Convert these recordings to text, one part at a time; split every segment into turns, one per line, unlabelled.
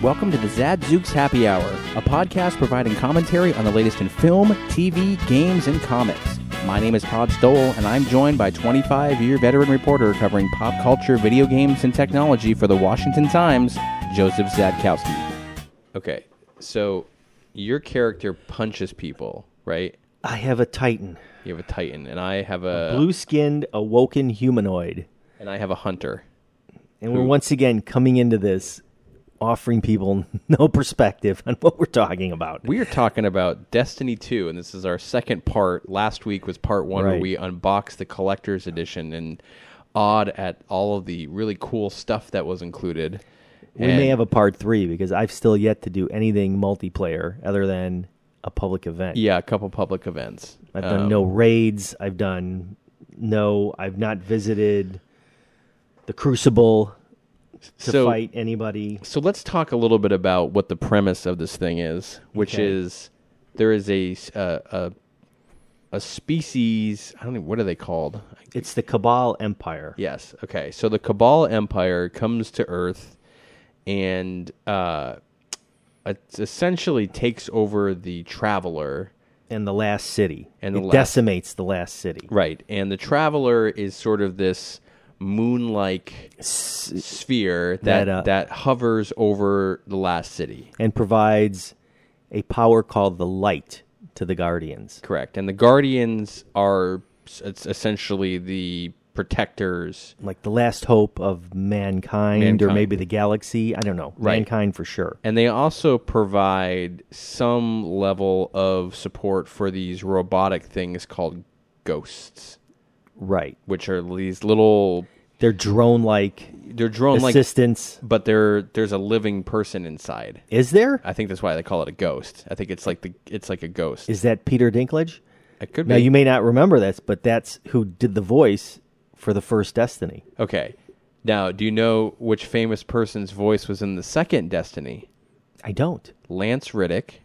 Welcome to the Zadzooks Happy Hour, a podcast providing commentary on the latest in film, TV, games, and comics. My name is Todd Stoll, and I'm joined by 25 year veteran reporter covering pop culture, video games, and technology for the Washington Times, Joseph Zadkowski. Okay, so your character punches people, right?
I have a titan,
You have a Titan, and I have a.
blue-skinned, awoken humanoid,
and I have a hunter.
and we're once again coming into this offering people no perspective on what we're talking about.
We are talking about Destiny 2, and this is our second part. Last week was part one where
Right.
we unboxed the collector's edition and awed at all of the really cool stuff that was included.
We may have a part three because I've still yet to do anything multiplayer other than a public event.
yeah, a couple public events. Um,
I've done no raids. I've done no. I've not visited the Crucible to
So-
fight anybody.
So let's talk a little bit about what the premise of this thing is, which
Okay.
is there is a, s- a a a species. I don't know what are they called.
It's the Cabal Empire.
Yes. Okay. So the Cabal Empire comes to Earth, and uh, it essentially takes over the Traveler.
and the last city.
And
And
the
it
last-
decimates the last city.
Right. And the Traveler is sort of this moon-like sphere that
that, uh,
that hovers over the last city.
And provides a power called the light to the guardians.
Correct. And the Guardians are s- it's essentially the protectors.
Like the last hope of mankind, or
Mankind.
maybe the galaxy. I don't know.
Right.
Mankind for sure.
And they also provide some level of support for these robotic things called ghosts,
Right.
which are these little
They're drone like
they're drone like
assistants.
but they there's a living person inside.
Is there?
I think that's why they call it a ghost. I think it's like the it's like a ghost.
Is that Peter Dinklage?
It could
Now
be
you may not remember this, but that's who did the voice for the first Destiny.
Okay. Now, do you know which famous person's voice was in the second Destiny?
I don't.
Lance Riddick.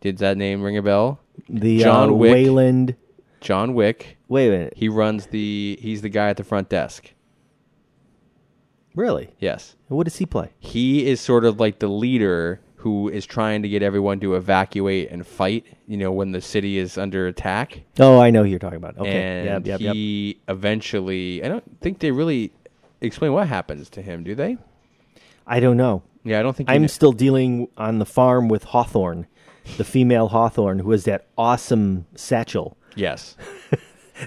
Did that name ring a bell?
The
John
uh,
Wick.
Wayland.
John Wick.
Wait a minute.
He runs the. He's the guy at the front desk.
Really?
Yes.
What does he play?
He is sort of like the leader who is trying to get everyone to evacuate and fight. You know, when the city is under attack,
Oh, I know who you're talking about. Okay.
and
Yep, yep, yep.
he eventually. I don't think they really explain what happens to him, do they?
I don't know.
Yeah, I don't think. you
I'm
know.
still dealing on the farm with Hawthorne, the female Hawthorne, who has that awesome satchel
yes.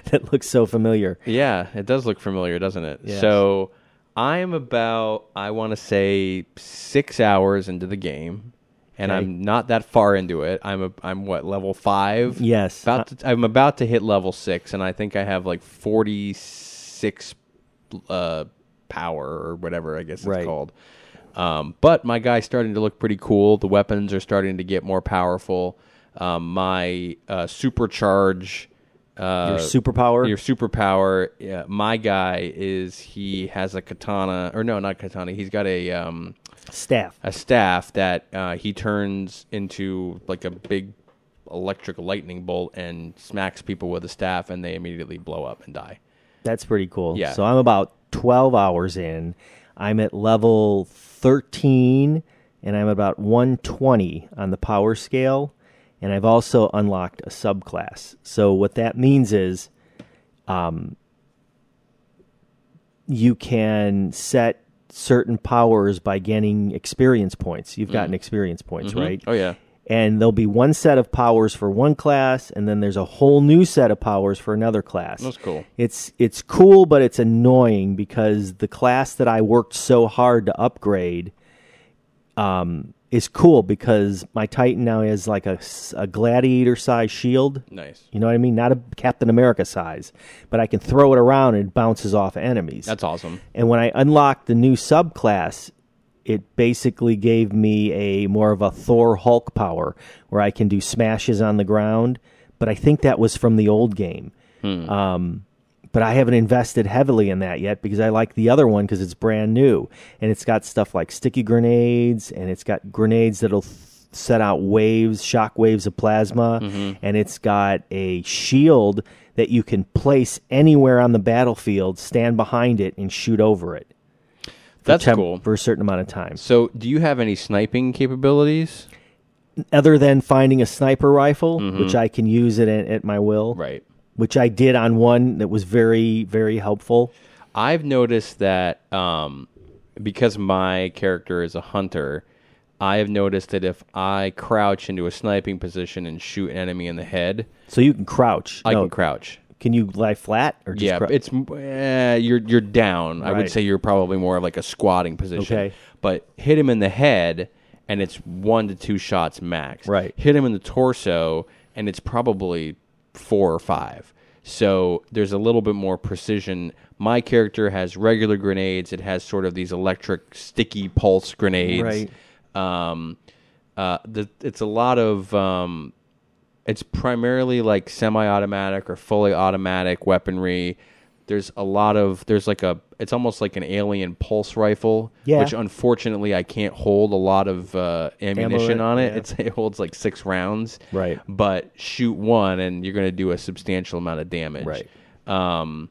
that looks so familiar.
Yeah, it does look familiar, doesn't it?
Yes.
So I'm about, I want to say, six hours into the game, and
Okay.
I'm not that far into it. I'm a, I'm what level five?
Yes.
About to, I'm about to hit level six, and I think I have like 46 uh, power or whatever I guess it's
Right.
called. Um, but my guy's starting to look pretty cool. The weapons are starting to get more powerful. Um, my uh, supercharge. Uh,
Your superpower?
Your superpower. Yeah, my guy is he has a katana, or no, not katana. He's got a um,
Staff.
a staff that uh, he turns into like a big electric lightning bolt and smacks people with a staff, and they immediately blow up and die.
That's pretty cool.
Yeah.
So I'm about 12 hours in. I'm at level 13, and I'm about 120 on the power scale. And I've also unlocked a subclass. So what that means is um, you can set certain powers by getting experience points. You've gotten experience points, Hmm. right?
Mm-hmm. Oh yeah.
And there'll be one set of powers for one class, and then there's a whole new set of powers for another class.
That's cool.
It's it's cool, but it's annoying because the class that I worked so hard to upgrade um, is cool because my Titan now has like a, gladiator size shield.
Nice.
You know what I mean? Not a Captain America size, but I can throw it around and it bounces off enemies.
That's awesome.
And when I unlocked the new subclass, it basically gave me a more of a Thor Hulk power where I can do smashes on the ground. But I think that was from the old game. Um, but I haven't invested heavily in that yet because I like the other one because it's brand new and it's got stuff like sticky grenades and it's got grenades that'll th- set out waves, shock waves of plasma,
Mm-hmm.
and it's got a shield that you can place anywhere on the battlefield, stand behind it, and shoot over it.
That's
temp-
cool.
for a certain amount of time.
So, do you have any sniping capabilities?
Other than finding a sniper rifle, which I can use it at, at my will,
Mm-hmm. Right.
which I did on one that was very, very helpful.
I've noticed that um, because my character is a hunter, I have noticed that if I crouch into a sniping position and shoot an enemy in the head,
So you can crouch.
I
No,
can crouch.
can you lie flat or just
yeah,
crouch?
it's eh, you're you're down. I would
Right.
say you're probably more of like a squatting position.
Okay.
But hit him in the head, and it's one to two shots max.
Right.
Hit him in the torso, and it's probably four or five. So there's a little bit more precision. My character has regular grenades. It has sort of these electric sticky pulse grenades. Right. Um, uh, the, it's a lot of um, it's primarily like semi-automatic or fully automatic weaponry. There's a lot of there's like a it's almost like an alien pulse rifle,
Yeah.
which unfortunately I can't hold a lot of uh, ammunition
Ammo,
on it.
yeah.
It's, it holds like six rounds,
Right.
But shoot one and you're gonna do a substantial amount of damage,
Right.
Um,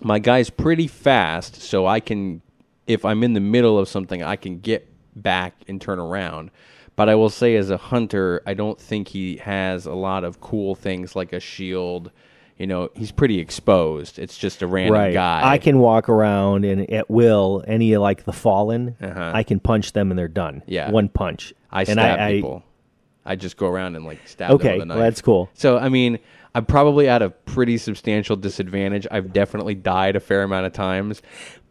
my guy's pretty fast, so I can, if I'm in the middle of something, I can get back and turn around. But I will say, as a hunter, I don't think he has a lot of cool things like a shield. You know, he's pretty exposed. It's just a random
right.
guy.
I can walk around and at will any like the fallen.
Uh-huh.
I can punch them and they're done.
Yeah.
one punch.
I
and
stab people. I just go around and like stab them
Okay,
with a knife.
well, that's cool.
So I mean, I'm probably at a pretty substantial disadvantage. I've definitely died a fair amount of times.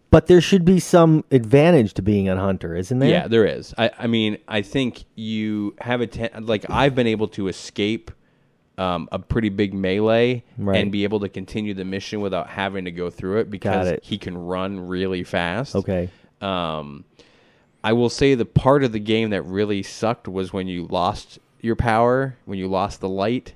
But there should be some advantage to being a hunter, isn't there?
Yeah, there is. I, I mean, I think you have a ten- like I've been able to escape um, a pretty big melee
Right.
and be able to continue the mission without having to go through it because
it.
he can run really fast.
Okay.
Um, I will say the part of the game that really sucked was when you lost your power, when you lost the light.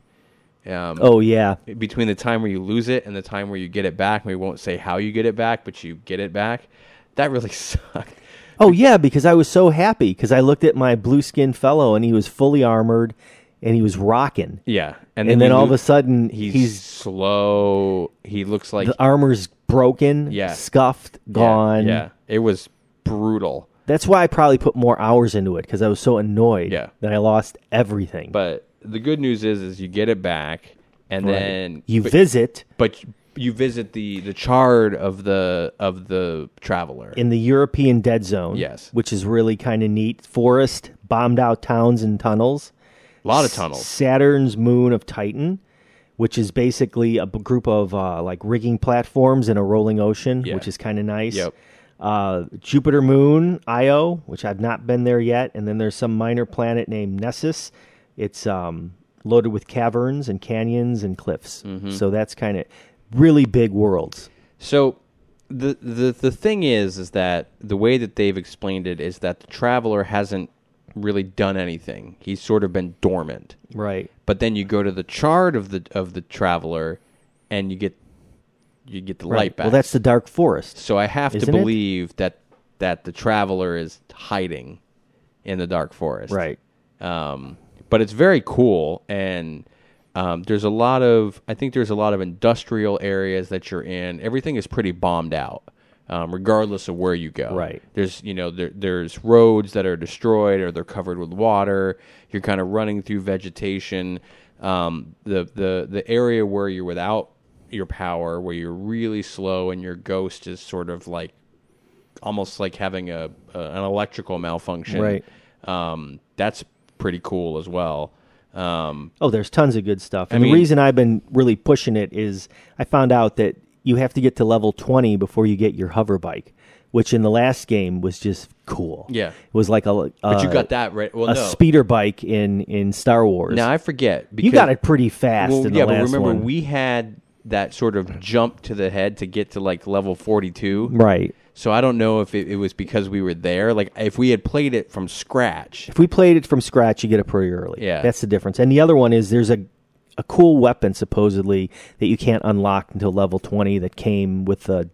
Um,
Oh yeah.
between the time where you lose it and the time where you get it back, we won't say how you get it back, but you get it back. That really sucked.
Oh yeah, because I was so happy because I looked at my blue skinned fellow and he was fully armored and he was rocking.
Yeah,
And then
you
all
lo-
of a sudden
he's,
he's,
slow. He looks like
the armor's broken,
Yeah.
scuffed,
yeah,
gone.
Yeah, it was brutal.
That's why I probably put more hours into it because I was so annoyed
Yeah.
that I lost everything.
But the good news is, is you get it back, and
Right.
then
you
but,
visit
but you visit the the chard of the of the traveler.
in the European dead zone.
Yes.
Which is really kind of neat. Forest, bombed out towns and tunnels.
a lot of tunnels.
Saturn's moon of Titan, which is basically a b- group of uh, like rigging platforms in a rolling ocean,
Yeah.
which is kind of nice.
Yep.
Uh, Jupiter moon Io, which I've not been there yet, and then there's some minor planet named Nessus. It's um, loaded with caverns and canyons and cliffs,
Mm-hmm.
so that's kind of really big worlds.
So the the the thing is is that the way that they've explained it is that the traveler hasn't really done anything. He's sort of been dormant.
Right.
but then you go to the chart of the of the traveler and you get you get the light back
Well, that's the dark forest.
so i have to
isn't it?
believe that that the traveler is hiding in the dark forest
Right.
um, but it's very cool and um, there's a lot of i think there's a lot of industrial areas that you're in everything is pretty bombed out um, regardless of where you go
Right.
there's you know there, there's roads that are destroyed or they're covered with water you're kind of running through vegetation um, the, the the area where you're without your power where you're really slow and your ghost is sort of like almost like having a, a an electrical malfunction
Right.
um, that's pretty cool as well. Um,
Oh, there's tons of good stuff. And
mean-
the reason I've been really pushing it is I found out that you have to get to level 20 before you get your hover bike, which in the last game was just cool.
Yeah.
It was like a
but you got that right. Well,
Uh, a
no,
speeder bike in in Star Wars.
now I forget. Because,
you got it pretty fast
Well,
in the
yeah, but
last
remember
one.
we had that sort of jump to the head to get to like level forty-two.
right.
So I don't know if it, it was because we were there. Like if we had played it from scratch,
If we played it from scratch, you get it pretty early.
Yeah.
That's the difference. And the other one is there's a a cool weapon supposedly that you can't unlock until level 20 that came with the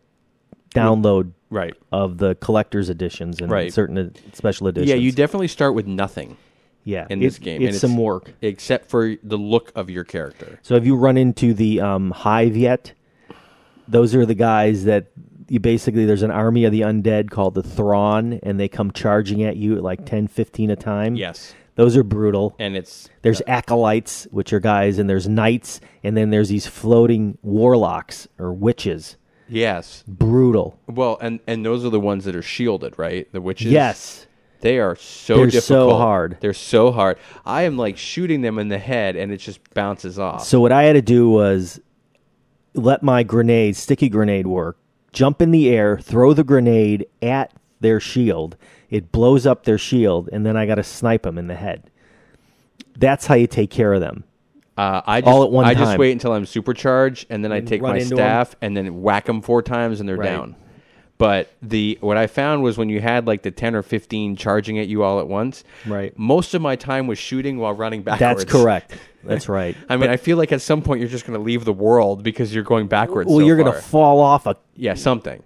download
right?
of the collector's editions and
Right.
certain ed- special editions.
Yeah, you definitely start with nothing
yeah.
in
it-
this game. and
It's some work.
except for the look of your character.
So have you run into the um, Hive yet? Those are the guys that you basically there's an army of the undead called the Thrawn, and they come charging at you at like 10, 15 a time.
Yes.
those are brutal.
And it's
There's acolytes, which are guys, and there's knights, and then there's these floating warlocks or witches.
yes.
Brutal.
Well, and and those are the ones that are shielded, right? The witches.
Yes.
They are so
They're so
difficult.
hard.
They're so hard. I am like shooting them in the head, and it just bounces off.
So what I had to do was let my grenade, sticky grenade work, jump in the air, throw the grenade at their shield. It blows up their shield, and then I got to snipe them in the head. That's how you take care of them.
Uh, I just,
All at one
I just
time.
wait until I'm supercharged, and then I take
run
my
into 'em.
staff and then whack them four times, and they're
Right.
down. But the what I found was when you had like the ten or fifteen charging at you all at once.
Right.
Most of my time was shooting while running backwards.
That's correct. That's right.
I mean, I feel like at some point you're just going to leave the world because you're going backwards.
well,
so
you're
far.
gonna fall off a
yeah, something.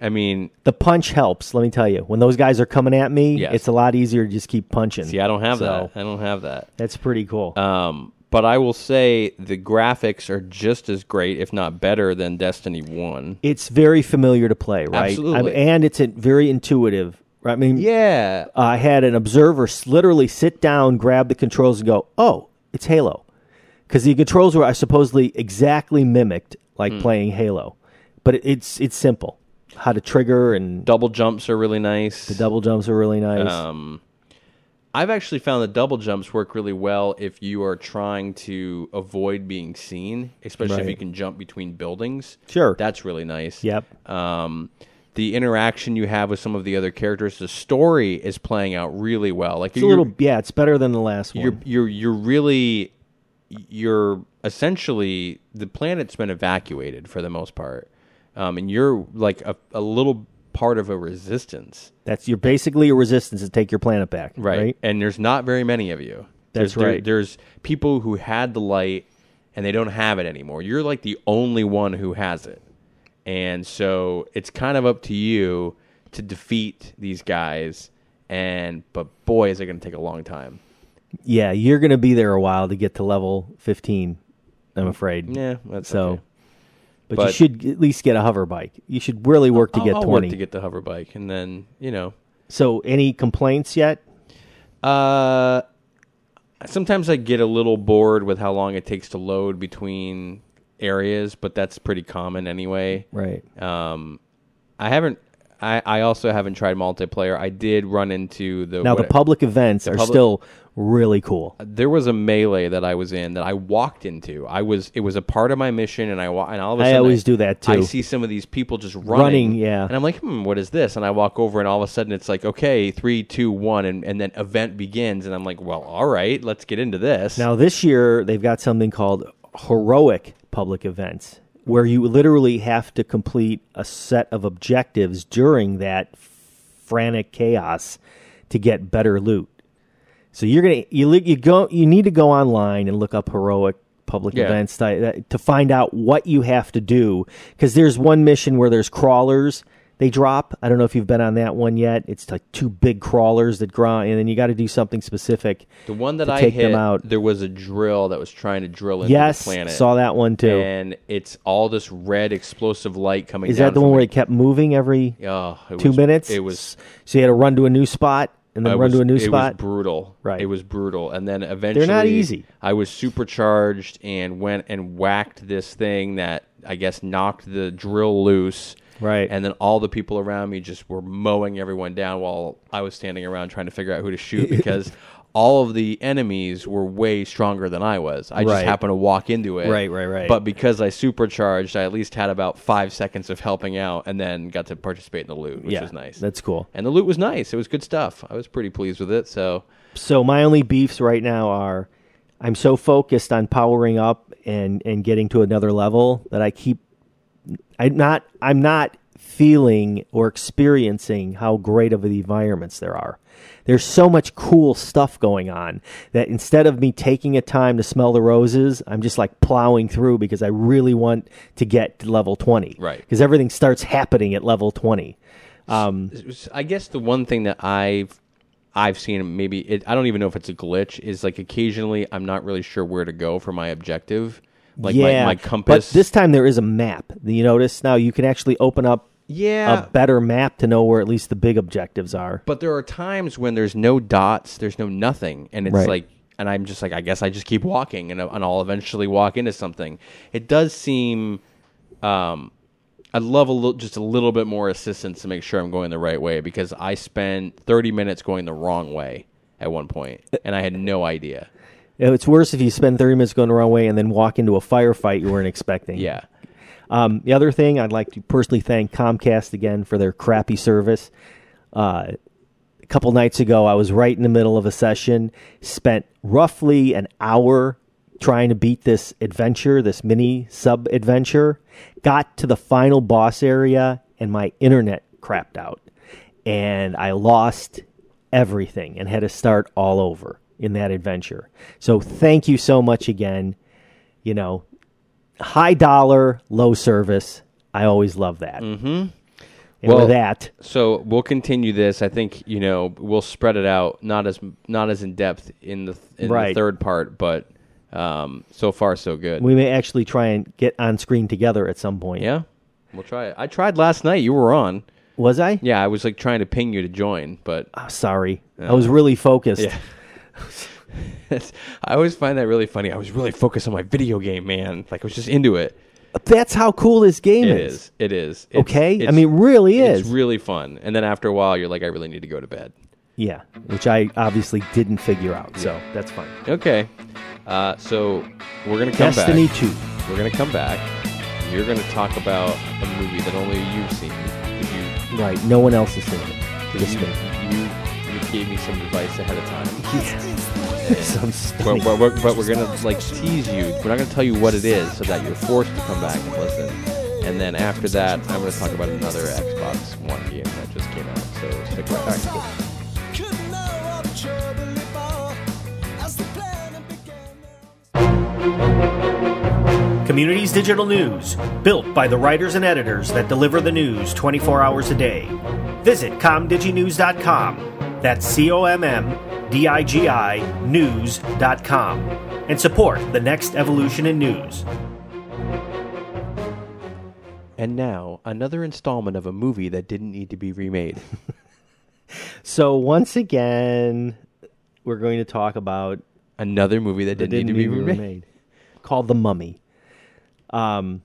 I mean,
the punch helps. Let me tell you, when those guys are coming at me,
Yes.
it's a lot easier to just keep punching.
yeah, I don't have
So,
that. I don't have that.
That's pretty cool.
Um, but I will say the graphics are just as great, if not better, than Destiny One.
it's very familiar to play, right?
Absolutely.
I'm- and it's a, very intuitive. Right? I mean,
Yeah,
Uh, I had an observer s- literally sit down, grab the controls, and go, "Oh, it's Halo," because the controls were, I supposedly, exactly mimicked like
Hmm.
playing Halo. But it, it's it's simple. How to trigger and
double jumps are really nice.
double jumps are really nice.
Um, I've actually found that double jumps work really well if you are trying to avoid being seen, especially if
Right.
you can jump between buildings.
Sure.
That's really nice.
Yep.
Um, the interaction you have with some of the other characters, the story is playing out really well. Like
It's a little, yeah, it's better than the last one.
you're you're you're really you're essentially the planet's been evacuated for the most part, um, and you're like a, a little part of a resistance,
That's you're basically a resistance to take your planet back, right?
And there's not very many of you. there's,
That's
there-
right.
there's people who had the light and they don't have it anymore. You're like the only one who has it, and so it's kind of up to you to defeat these guys. And but boy, is it going to take a long time.
Yeah, you're gonna be there a while to get to level 15. I'm afraid.
Yeah, that's
so,
okay.
but, you
But-
should at least get a hover bike. You should really work to
I'll-
get
I'll work
20.
to get the hover bike, and then you know.
so, any complaints yet?
Uh, sometimes I get a little bored with how long it takes to load between areas, but that's pretty common anyway.
Right.
Um, I haven't. I, I also haven't tried multiplayer. I did run into the
Now, the
what-
public events are
public-
still really cool.
There was a melee that I was in that I walked into. I was it was a part of my mission, and I wa- and all of a
I
sudden
always do that,
I
too.
see some of these people just running,
Running, yeah.
and I'm like, hmm, what is this? And I walk over, and all of a sudden it's like, okay, three, two, one, and and then event begins, and I'm like, well, all right, let's get into this.
Now, this year they've got something called heroic public events, where you literally have to complete a set of objectives during that frantic chaos to get better loot. So you're gonna you li- you go you need to go online and look up heroic public
Yeah.
events ti- that- to find out what you have to do because there's one mission where there's crawlers they drop. I don't know if you've been on that one yet. It's like two big crawlers that grind, and then you got to do something specific.
the one that
to
I
take
hit,
them out.
there was a drill that was trying to drill into
Yes,
the planet.
saw that one too.
and it's all this red explosive light coming.
Is that the one where it kept moving every
Oh, it
two
was-
minutes?
It was
so you had to run to a new spot and then
I
run
was-
to a new
it
spot.
Was brutal.
Right.
It was brutal, and then eventually
easy.
I was supercharged and went and whacked this thing that I guess knocked the drill loose.
Right.
And then all the people around me just were mowing everyone down while I was standing around trying to figure out who to shoot because all of the enemies were way stronger than I was. I just
Right.
happened to walk into it.
Right, right, right.
But because I supercharged, I at least had about five seconds of helping out and then got to participate in the loot, which
yeah,
was nice
That's cool.
and the loot was nice. It was good stuff. I was pretty pleased with it. So
So my only beefs right now are I'm so focused on powering up and and getting to another level that I keep I'm not I'm not feeling or experiencing how great of the environments there are. There's so much cool stuff going on that instead of me taking a time to smell the roses, I'm just like plowing through because I really want to get to level 20.
Right.
Because everything starts happening at level 20.
it was- I guess the one thing that I've I've seen maybe it, I don't even know if it's a glitch is like occasionally I'm not really sure where to go for my objective, like my, my compass.
But this time there is a map. You notice now you can actually open up
Yeah. Uh,
a better map to know where at least the big objectives are.
But there are times when there's no dots, there's no nothing, and it's
Right.
like, and I'm just like, I guess I just keep walking, and, and I'll eventually walk into something. It does seem, um, I'd love a little, just a little bit more assistance to make sure I'm going the right way because I spent 30 minutes going the wrong way at one point, and I had no idea.
You know, It's worse if you spend 30 minutes going the wrong way and then walk into a firefight you weren't expecting.
Yeah.
Um, the other thing, I'd like to personally thank Comcast again for their crappy service. Uh, a couple nights ago, I was right in the middle of a session, spent roughly an hour trying to beat this adventure, this mini sub adventure, got to the final boss area, and my internet crapped out. And I lost everything and had to start all over in that adventure. So, thank you so much again. You know, high dollar, low service. I always love that. Mm-hmm. And
Well-
with that,
So we'll continue this. I think you know we'll spread it out, not as not as in depth in the in the
Right.
third part, but um, so far so good.
we may actually try and get on screen together at some point.
yeah, we'll try it. I tried last night. You were on.
Was I?
Yeah, I was like trying to ping you to join, but
Oh, sorry. I was really focused.
Uh, yeah. I always find that really funny. I was really focused on my video game, man. Like I was just into it.
That's how cool this game
It
is.
is. It is. It's-
Okay? I
it's-
mean, really is.
it's really fun. And then after a while, you're like, I really need to go to bed.
yeah. Which I obviously didn't figure out. So that's fine.
Okay. Uh, so we're gonna come
Destiny
back.
2.
We're gonna come back. You're gonna talk about a movie that only you've seen. 'cause you-
Right. No one else is seen it.
Mm.
Just me.
you, you, you gave me some advice ahead of time.
Some stuff.
But, but, but, but we're gonna like tease you. We're not gonna tell you what it is, so that you're forced to come back and listen. And then after that, I'm gonna talk about another Xbox One game that just came out. So stick right back. to it.
Couldn't know of trouble before as the plan began.
Communities Digital News, built by the writers and editors that deliver the news 24 hours a day. Visit comdiginews.com. That's C O M M D I G I news.com. And support the next evolution in news.
And now another installment of a movie that didn't need to be remade.
So once again, we're going to talk about
another movie that
that
didn't, need to be remade.
Called The Mummy. Um,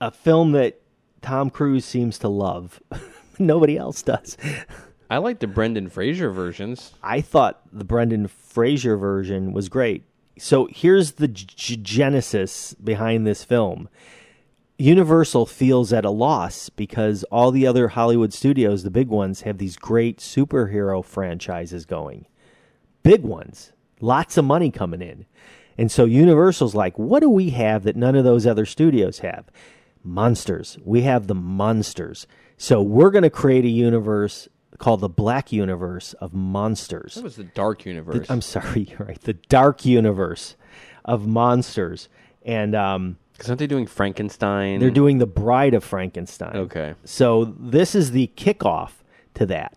a film that Tom Cruise seems to love. Nobody else does.
I like the Brendan Fraser versions.
I thought the Brendan Fraser version was great. So here's the g- genesis behind this film. Universal feels at a loss because all the other Hollywood studios, the big ones, have these great superhero franchises going. Big ones, lots of money coming in. And so Universal's like, what do we have that none of those other studios have? Monsters. We have the monsters. So we're going to create a universe called the Black Universe of Monsters.
That was the Dark Universe.
I'm sorry, you're right. The Dark Universe of Monsters. And, um,
Because aren't they doing Frankenstein?
they're doing the Bride of Frankenstein.
Hmm. Okay.
So this is the kickoff to that,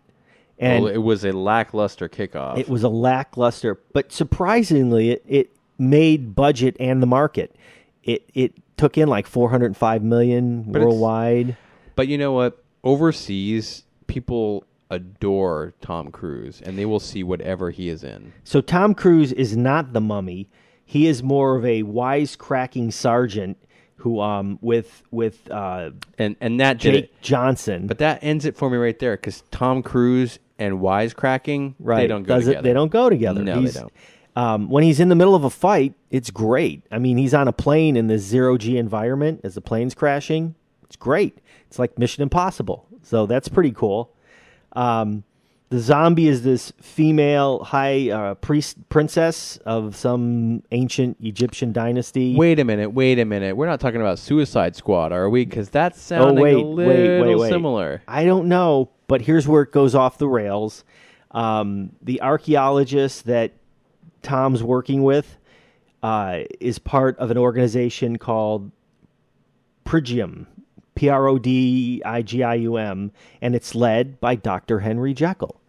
and
Well, it was a lackluster kickoff.
it was a lackluster, but surprisingly, it, it made budget and the market. It it took in like 405 million
it's-
worldwide.
but you know what? Overseas, people adore Tom Cruise, and they will see whatever he is in.
So Tom Cruise is not the mummy. He is more of a wisecracking sergeant who, um, with with uh,
And and that did
Jake
it.
Johnson,
But that ends it for me right there. Because Tom Cruise and wisecracking,
right?
they don't go
does it-
together.
they don't go together.
No, they
He's-
don't.
Um, when he's in the middle of a fight, it's great. I mean, he's on a plane in this zero G environment as the plane's crashing. It's great. It's like Mission Impossible. So that's pretty cool. Um, the zombie is this female high uh, priest princess of some ancient Egyptian dynasty.
Wait a minute. Wait a minute. We're not talking about Suicide Squad, are we? Because that's
Oh,
sounding a little similar.
I don't know, but here's where it goes off the rails. Um, the archaeologist that Tom's working with uh, is part of an organization called Prigium, P R O D I G I U M, and it's led by Dr. Henry Jekyll.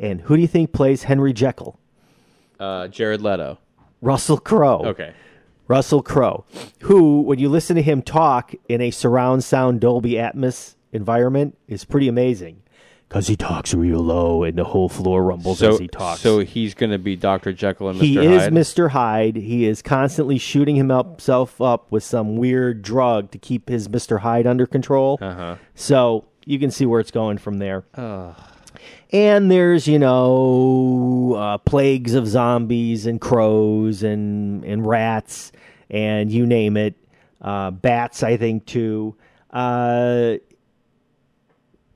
And who do you think plays Henry Jekyll?
Uh, Jared Leto.
Russell Crowe.
Okay.
Russell Crowe, who, when you listen to him talk in a surround sound Dolby Atmos environment is pretty amazing. Because he talks real low and the whole floor rumbles
So,
as he talks.
so he's going to be Dr. Jekyll and Mr.
he is
Hyde.
Mr. Hyde. He is constantly shooting himself up with some weird drug to keep his Mr. Hyde under control.
Uh-huh.
So you can see where it's going from there. And there's, you know, uh, plagues of zombies and crows and, and rats and you name it. Uh, bats, I think, too. Uh,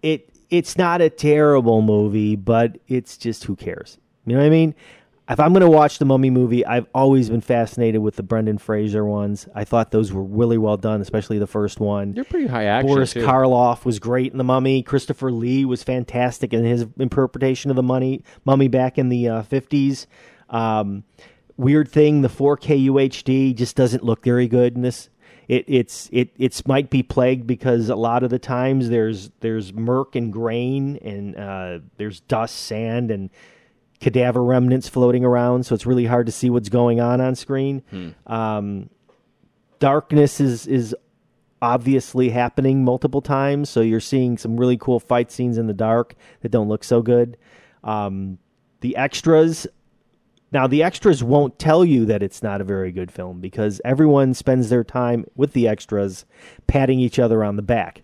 it it's not a terrible movie, but it's just who cares? You know what I mean? If I'm going to watch the Mummy movie, I've always been fascinated with the Brendan Fraser ones. I thought those were really well done, especially the first one.
You're pretty high action.
Boris
too.
Karloff was great in the Mummy. Christopher Lee was fantastic in his interpretation of the Mummy. Mummy back in the uh, fifties. um, weird thing, the 4K UHD just doesn't look very good in this. It it's it it's might be plagued because a lot of the times there's there's murk and grain and uh, there's dust, sand, and cadaver remnants floating around. So it's really hard to see what's going on on screen.
Hmm.
Um, darkness is is obviously happening multiple times. So you're seeing some really cool fight scenes in the dark that don't look so good. Um, the extras. Now, the extras won't tell you that it's not a very good film because everyone spends their time with the extras patting each other on the back.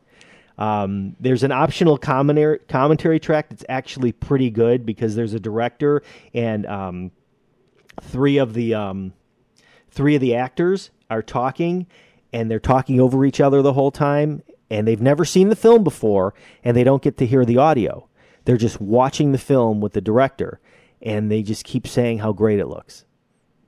Um, there's an optional commentary, commentary track that's actually pretty good because there's a director and um, three of the um, three of the actors are talking and they're talking over each other the whole time and they've never seen the film before and they don't get to hear the audio they're just watching the film with the director and they just keep saying how great it looks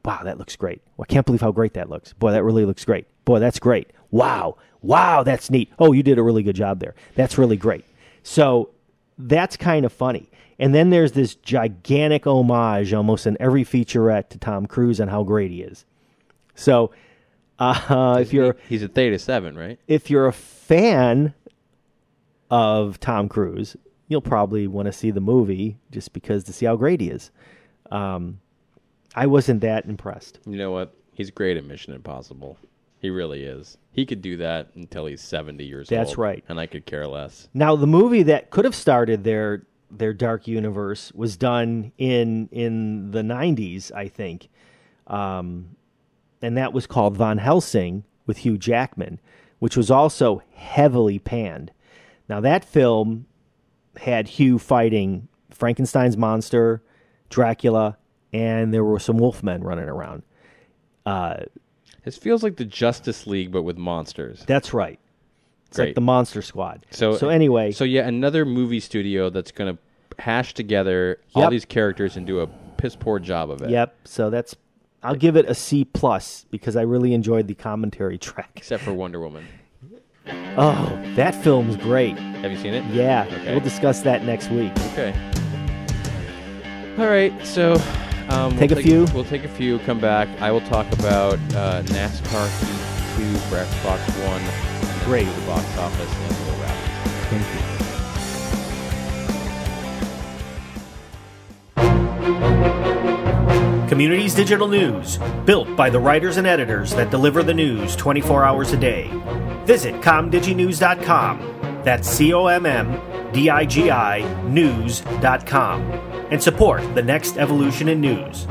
wow that looks great well, i can't believe how great that looks boy that really looks great boy that's great wow wow that's neat oh you did a really good job there that's really great so that's kind of funny. And then there's this gigantic homage almost in every featurette to Tom Cruise and how great he is. So uh, if you're
He's a Theta 7, right?
if you're a fan of Tom Cruise, you'll probably want to see the movie just because to see how great he is. Um, I wasn't that impressed.
You know what? He's great at Mission Impossible. He really is. He could do that until he's 70 years old.
That's right.
And I could care less.
Now, the movie that could have started their their dark universe was done in in the '90s, I think, um, and that was called Von Helsing with Hugh Jackman, which was also heavily panned. Now, that film had Hugh fighting Frankenstein's monster, Dracula, and there were some wolfmen running around.
This feels like the Justice League, but with monsters.
That's right. It's
Great.
like the Monster Squad.
So,
so anyway,
So, yeah, another movie studio that's going to hash together all
Yep.
these characters and do a piss poor job of it.
Yep. So that's I'll give it a C plus because I really enjoyed the commentary track.
Except for Wonder Woman.
Oh, that film's great.
Have you seen it?
Yeah,
Okay.
we'll discuss that next week.
Okay. All right. So, um, we'll
Take a few?
We'll take a few. Come back. I will talk about uh, NASCAR Heat Two, for Xbox One, and then
Great.
the box office, and we'll wrap. it.
Communities Digital News, built by the writers and editors that deliver the news 24 hours a day. Visit comdiginews.com, that's C O M M D I G I news.com, and support the next evolution in news.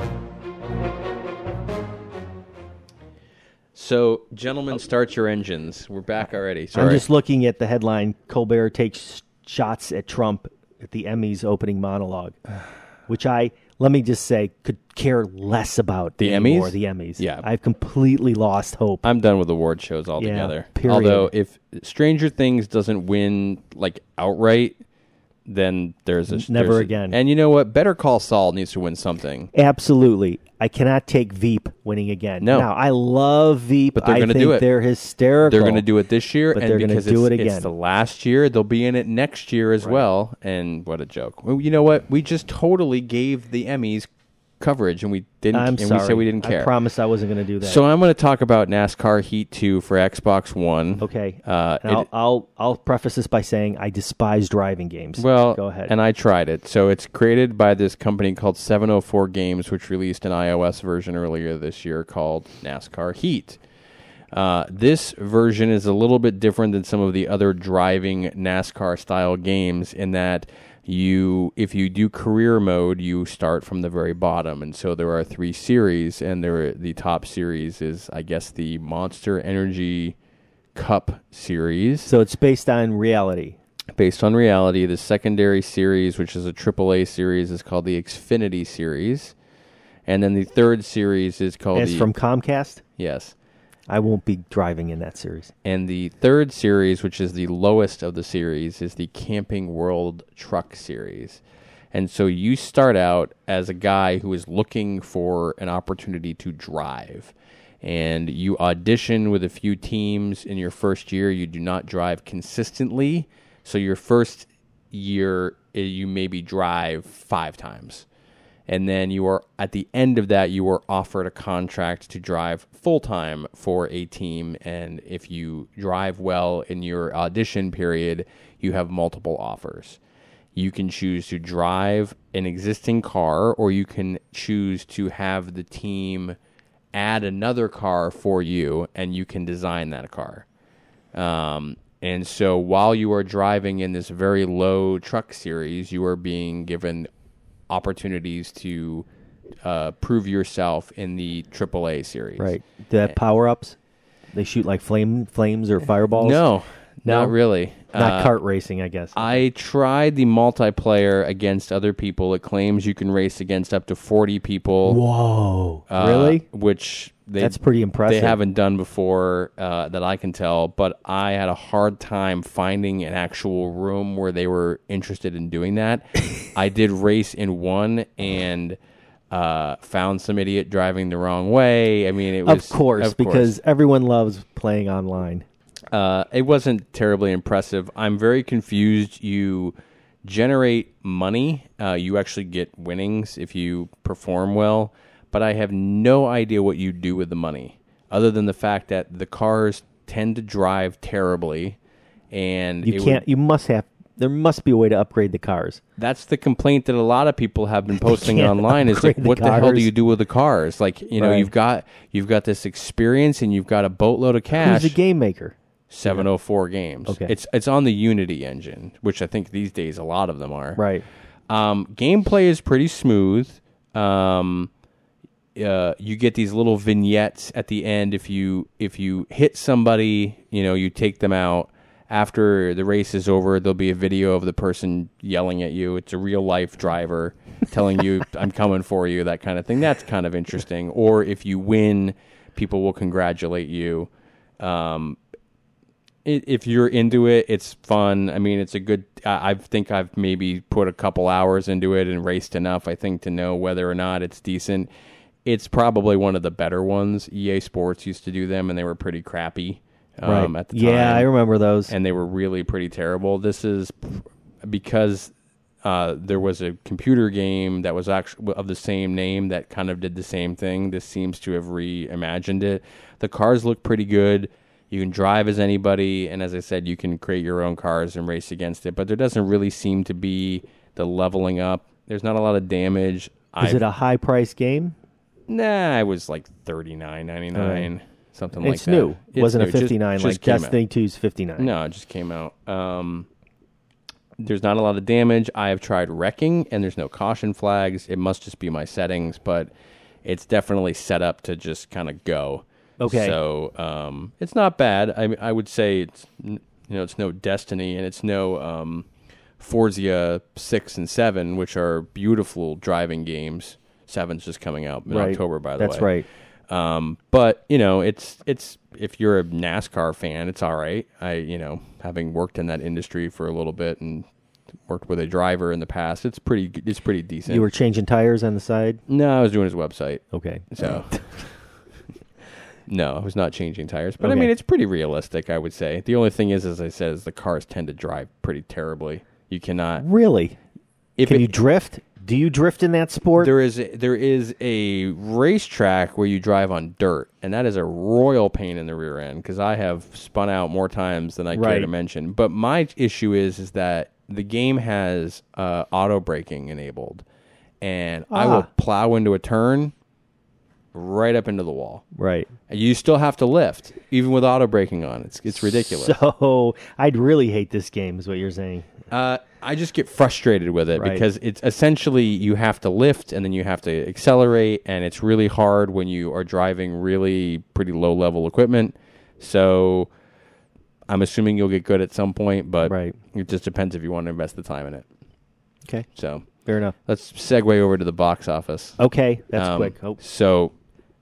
So, gentlemen, start your engines. We're back already.
Oh. I'm
Sorry.
just looking at the headline Colbert takes shots at Trump at the Emmys opening monologue, which I let me just say could care less about
The
anymore,
Emmys?
the Emmys.
Yeah.
I've completely lost hope.
I'm done with award shows altogether.
period.
Although, if Stranger Things doesn't win like outright, then there's a
Never
there's a-
again.
and you know what? Better Call Saul needs to win something.
Absolutely. I cannot take Veep winning again.
No.
Now, I love Veep.
But they're
I
gonna
think
do it.
they're hysterical.
They're going to do it this year,
But
and
they're gonna
because
do
it's,
it
it's
again.
the last year, they'll be in it next year as well. And what a joke! Well, you know what? We just totally gave the Emmys coverage, and we didn't.
I'm
and
sorry.
we said we didn't care.
I promise I wasn't going to do that.
So I'm going to talk about NASCAR Heat Two for Xbox One.
Okay.
Uh,
And I'll,
it-
I'll I'll preface this by saying I despise driving games.
Well,
go ahead.
And I tried it. So it's created by this company called 704 Games, which released an iOS version earlier this year called NASCAR Heat. Uh, this version is a little bit different than some of the other driving NASCAR style games in that you, if you do career mode, you start from the very bottom, and so there are three series, and there the top series is, I guess, the Monster Energy Cup series
So it's based on reality.
based on reality. The secondary series, which is a AAA series, is called the Xfinity series, and then the third series is called
As
the
from Comcast,
yes.
I won't be driving in that series.
And the third series, which is the lowest of the series, is the Camping World Truck series. And so you start out as a guy who is looking for an opportunity to drive. And you audition with a few teams in your first year. You do not drive consistently. So your first year, eh, you maybe drive five times and then you are at the end of that you are offered a contract to drive full time for a team and if you drive well in your audition period you have multiple offers you can choose to drive an existing car or you can choose to have the team add another car for you and you can design that car um, and so while you are driving in this very low truck series, you are being given opportunities to uh, prove yourself in the AAA series.
Right. The power ups, they shoot like flame flames or fireballs.
No,
No?
not really.
Not
Uh,
kart racing, I guess.
I tried the multiplayer against other people. It claims you can race against up to 40 people.
Whoa.
uh,
really?
Which they,
That's pretty impressive.
They haven't done before uh, that I can tell, but I had a hard time finding an actual room where they were interested in doing that. I did race in one and uh, found some idiot driving the wrong way. I mean, it
Of
was
course,
of
because everyone loves playing online.
uh, it wasn't terribly impressive. I'm very confused. You generate money. Uh, you actually get winnings if you perform well, but I have no idea what you do with the money, other than the fact that the cars tend to drive terribly, and
You
it would-
can't. you must have. There must be a way to upgrade the cars.
that's the complaint that a lot of people have been posting
can't
online is like
upgrade the
what the hell do
cars.
you do with the cars like you know
Right.
you've got you've got this experience and you've got a boatload of cash
Who's a game maker?
704 games.
Okay.
It's it's on the Unity engine, which I think these days a lot of them are.
Right.
Um, gameplay is pretty smooth. Um, uh, you get these little vignettes at the end if you if you hit somebody, you know, you take them out. After the race is over, there'll be a video of the person yelling at you. It's a real life driver telling you, "I'm coming for you," that kind of thing. That's kind of interesting. Or if you win, people will congratulate you. Um, i- if you're into it, it's fun. I mean, it's a good. I, I think I've maybe put a couple hours into it and raced enough. I think to know whether or not it's decent. It's probably one of the better ones. EA Sports used to do them, and they were pretty crappy um,
right.
at the time.
yeah, I remember those.
And they were really pretty terrible. This is because uh, there was a computer game that was actually of the same name that kind of did the same thing. This seems to have reimagined it. The cars look pretty good. You can drive as anybody, and as I said, you can create your own cars and race against it. But there doesn't really seem to be the leveling up. There's not a lot of damage.
Is
I
it a high price game?
nah, I was like thirty nine ninety nine, something like
it's
that.
new.
It's
wasn't
new.
a
Just-
59
just
like
came out.
Destiny 2's 59.
No, it just came out. Um, there's not a lot of damage. I have tried wrecking, and there's no caution flags. It must just be my settings, but it's definitely set up to just kind of go.
Okay.
So um, it's not bad. I mean, I would say it's n- you know it's no Destiny and it's no um, Forza six and seven, which are beautiful driving games. Seven's just coming out in
Right.
October, by the
That's
way.
right.
Um, but you know, it's it's if you're a NASCAR fan, it's all right. I you know, having worked in that industry for a little bit and worked with a driver in the past, it's pretty g- it's pretty decent.
You were changing tires on the side?
no, I was doing his website,
Okay.
so. No, I was not changing tires, but I
Okay.
mean it's pretty realistic. I would say the only thing is, as I said, is the cars tend to drive pretty terribly. You cannot
Really?
if
Can
it-
you drift? Do you drift in that sport?
there is there is a racetrack where you drive on dirt, and that is a royal pain in the rear end because I have spun out more times than I care
Right.
to mention. But my issue is is that the game has uh, auto braking enabled, and I will
Ah.
plow into a turn, right up into the wall.
Right.
And you still have to lift, even with auto braking on. It's it's ridiculous.
So I'd really hate this game, is what you're saying.
Uh, I just get frustrated with it
Right.
because it's essentially you have to lift and then you have to accelerate, and it's really hard when you are driving really pretty low level equipment. So I'm assuming you'll get good at some point, but
Right.
it just depends if you want to invest the time in it.
Okay.
So
Fair enough.
let's segue over to the box office.
Okay. Oh, That's
Um,
quick. Oh,
So,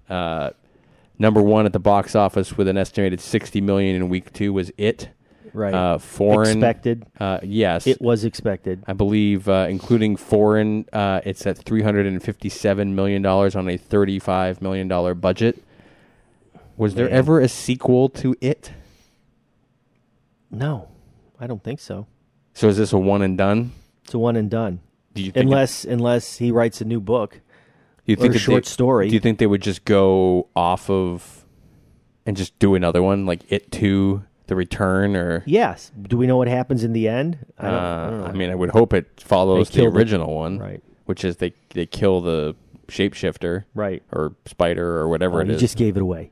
uh, number one at the box office with an estimated 60 million in week two was it.
right.
Uh, foreign
Expected.
Uh, yes,
It was expected.
I believe, uh, including foreign, uh, it's at 357 million dollars on a 35 million dollar budget. Was there
Man.
ever a sequel to it?
No, I don't think so.
So is this a one and done?
It's a one and done.
Do you think
Unless unless he writes a new book.
do you
or a
that
short
they-
story.
Do you think they would just go off of and just do another one like it two the return or?
Yes. Do we know what happens in the end? I don't, I don't
Uh,
know.
I mean, I would hope it follows
They
the
kill the-
original one,
right.
Which is they they kill the shapeshifter,
Right.
or spider, or whatever
Oh,
it
he
is.
just gave it away.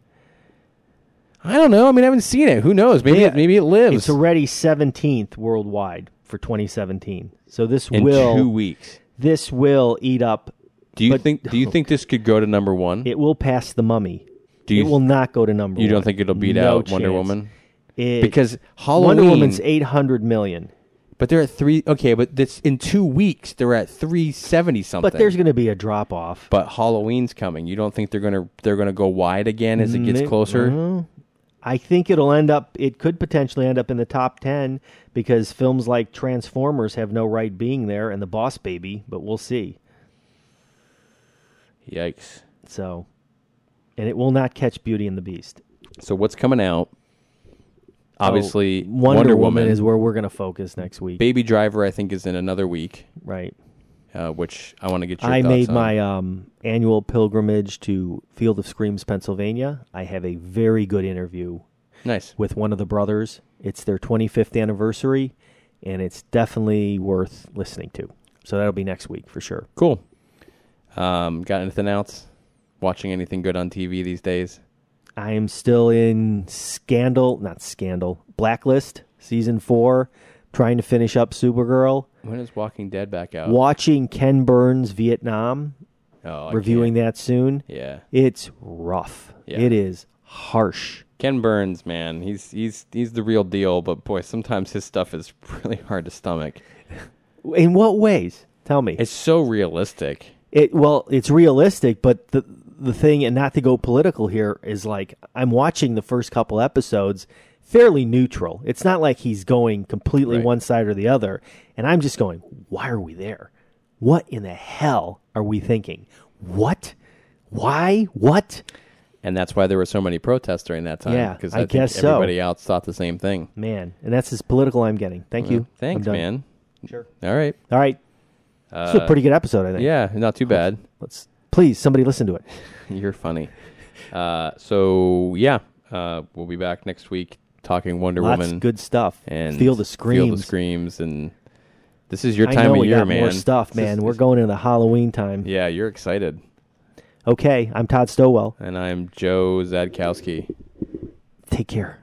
I don't know. I mean, I haven't seen it. Who knows? Maybe it, maybe it lives
It's already 17th worldwide for 2017. So this
in
will
two weeks.
this will eat up.
Do you
but-
think? Do you think this could go to number one?
It will pass the mummy.
Do you
it will not go to number
you
one.
don't think it'll beat
No
out Wonder
chance.
Woman?
It-
Because
Wonder
Halloween-
Woman's 800 million.
But they're at three. Okay, but that's in two weeks. They're at three seventy something.
But there's going to be a drop off.
But Halloween's coming. You don't think they're gonna they're gonna go wide again as it gets
May-
closer?
I think it'll end up, it could potentially end up in the top 10 because films like Transformers have no right being there and The Boss Baby, but we'll see.
Yikes!
So, and it will not catch Beauty and the Beast.
So what's coming out?
Oh,
Obviously,
So,
Wonder, Woman,
is where we're going to focus next week.
Baby Driver. I think is in another week,
right.
uh, which I want to get. Your
I
thoughts
made
on.
my um, annual pilgrimage to Field of Screams, Pennsylvania. I have a very good interview
nice.
with one of the brothers. It's their 25th anniversary, and it's definitely worth listening to. So that'll be next week for sure.
Cool. Um, got anything else? Watching anything good on TV these days?
I am still in Scandal, not Scandal, Blacklist season four, trying to finish up Supergirl,
When is Walking Dead back out?
watching Ken Burns Vietnam,
Oh, I
reviewing that soon.
can't. Yeah,
It's rough.
Yeah.
It is harsh.
Ken Burns, man, he's he's he's the real deal. But boy, sometimes his stuff is really hard to stomach.
In what ways? Tell me.
It's so realistic.
It well, it's realistic, but the the thing, and not to go political here, is like I'm watching the first couple episodes fairly neutral. It's not like he's going completely
Right.
one side or the other, and I'm just going, why are we there? What in the hell are we thinking? What? Why? What?
And that's why there were so many protests during that time.
Yeah,
because
I
I, think
guess so.
everybody else thought the same thing.
Man, and that's as political I'm getting. Thank you. I'm
Thanks,
done.
man.
Sure.
All right.
All right. This is a pretty good episode, I think.
Yeah, not too bad.
Let's please somebody listen to it.
You're funny. Uh, so yeah, uh, we'll be back next week talking Wonder
Lots
Woman.
of good stuff.
and
feel the screams.
Feel the screams, and this is your
I
time
know
of
we
year,
got
man.
more stuff,
This
man.
is-
We're going into the Halloween time.
yeah, you're excited,
Okay, I'm Todd Stowell.
and I'm Joe Zadkowski.
Take care.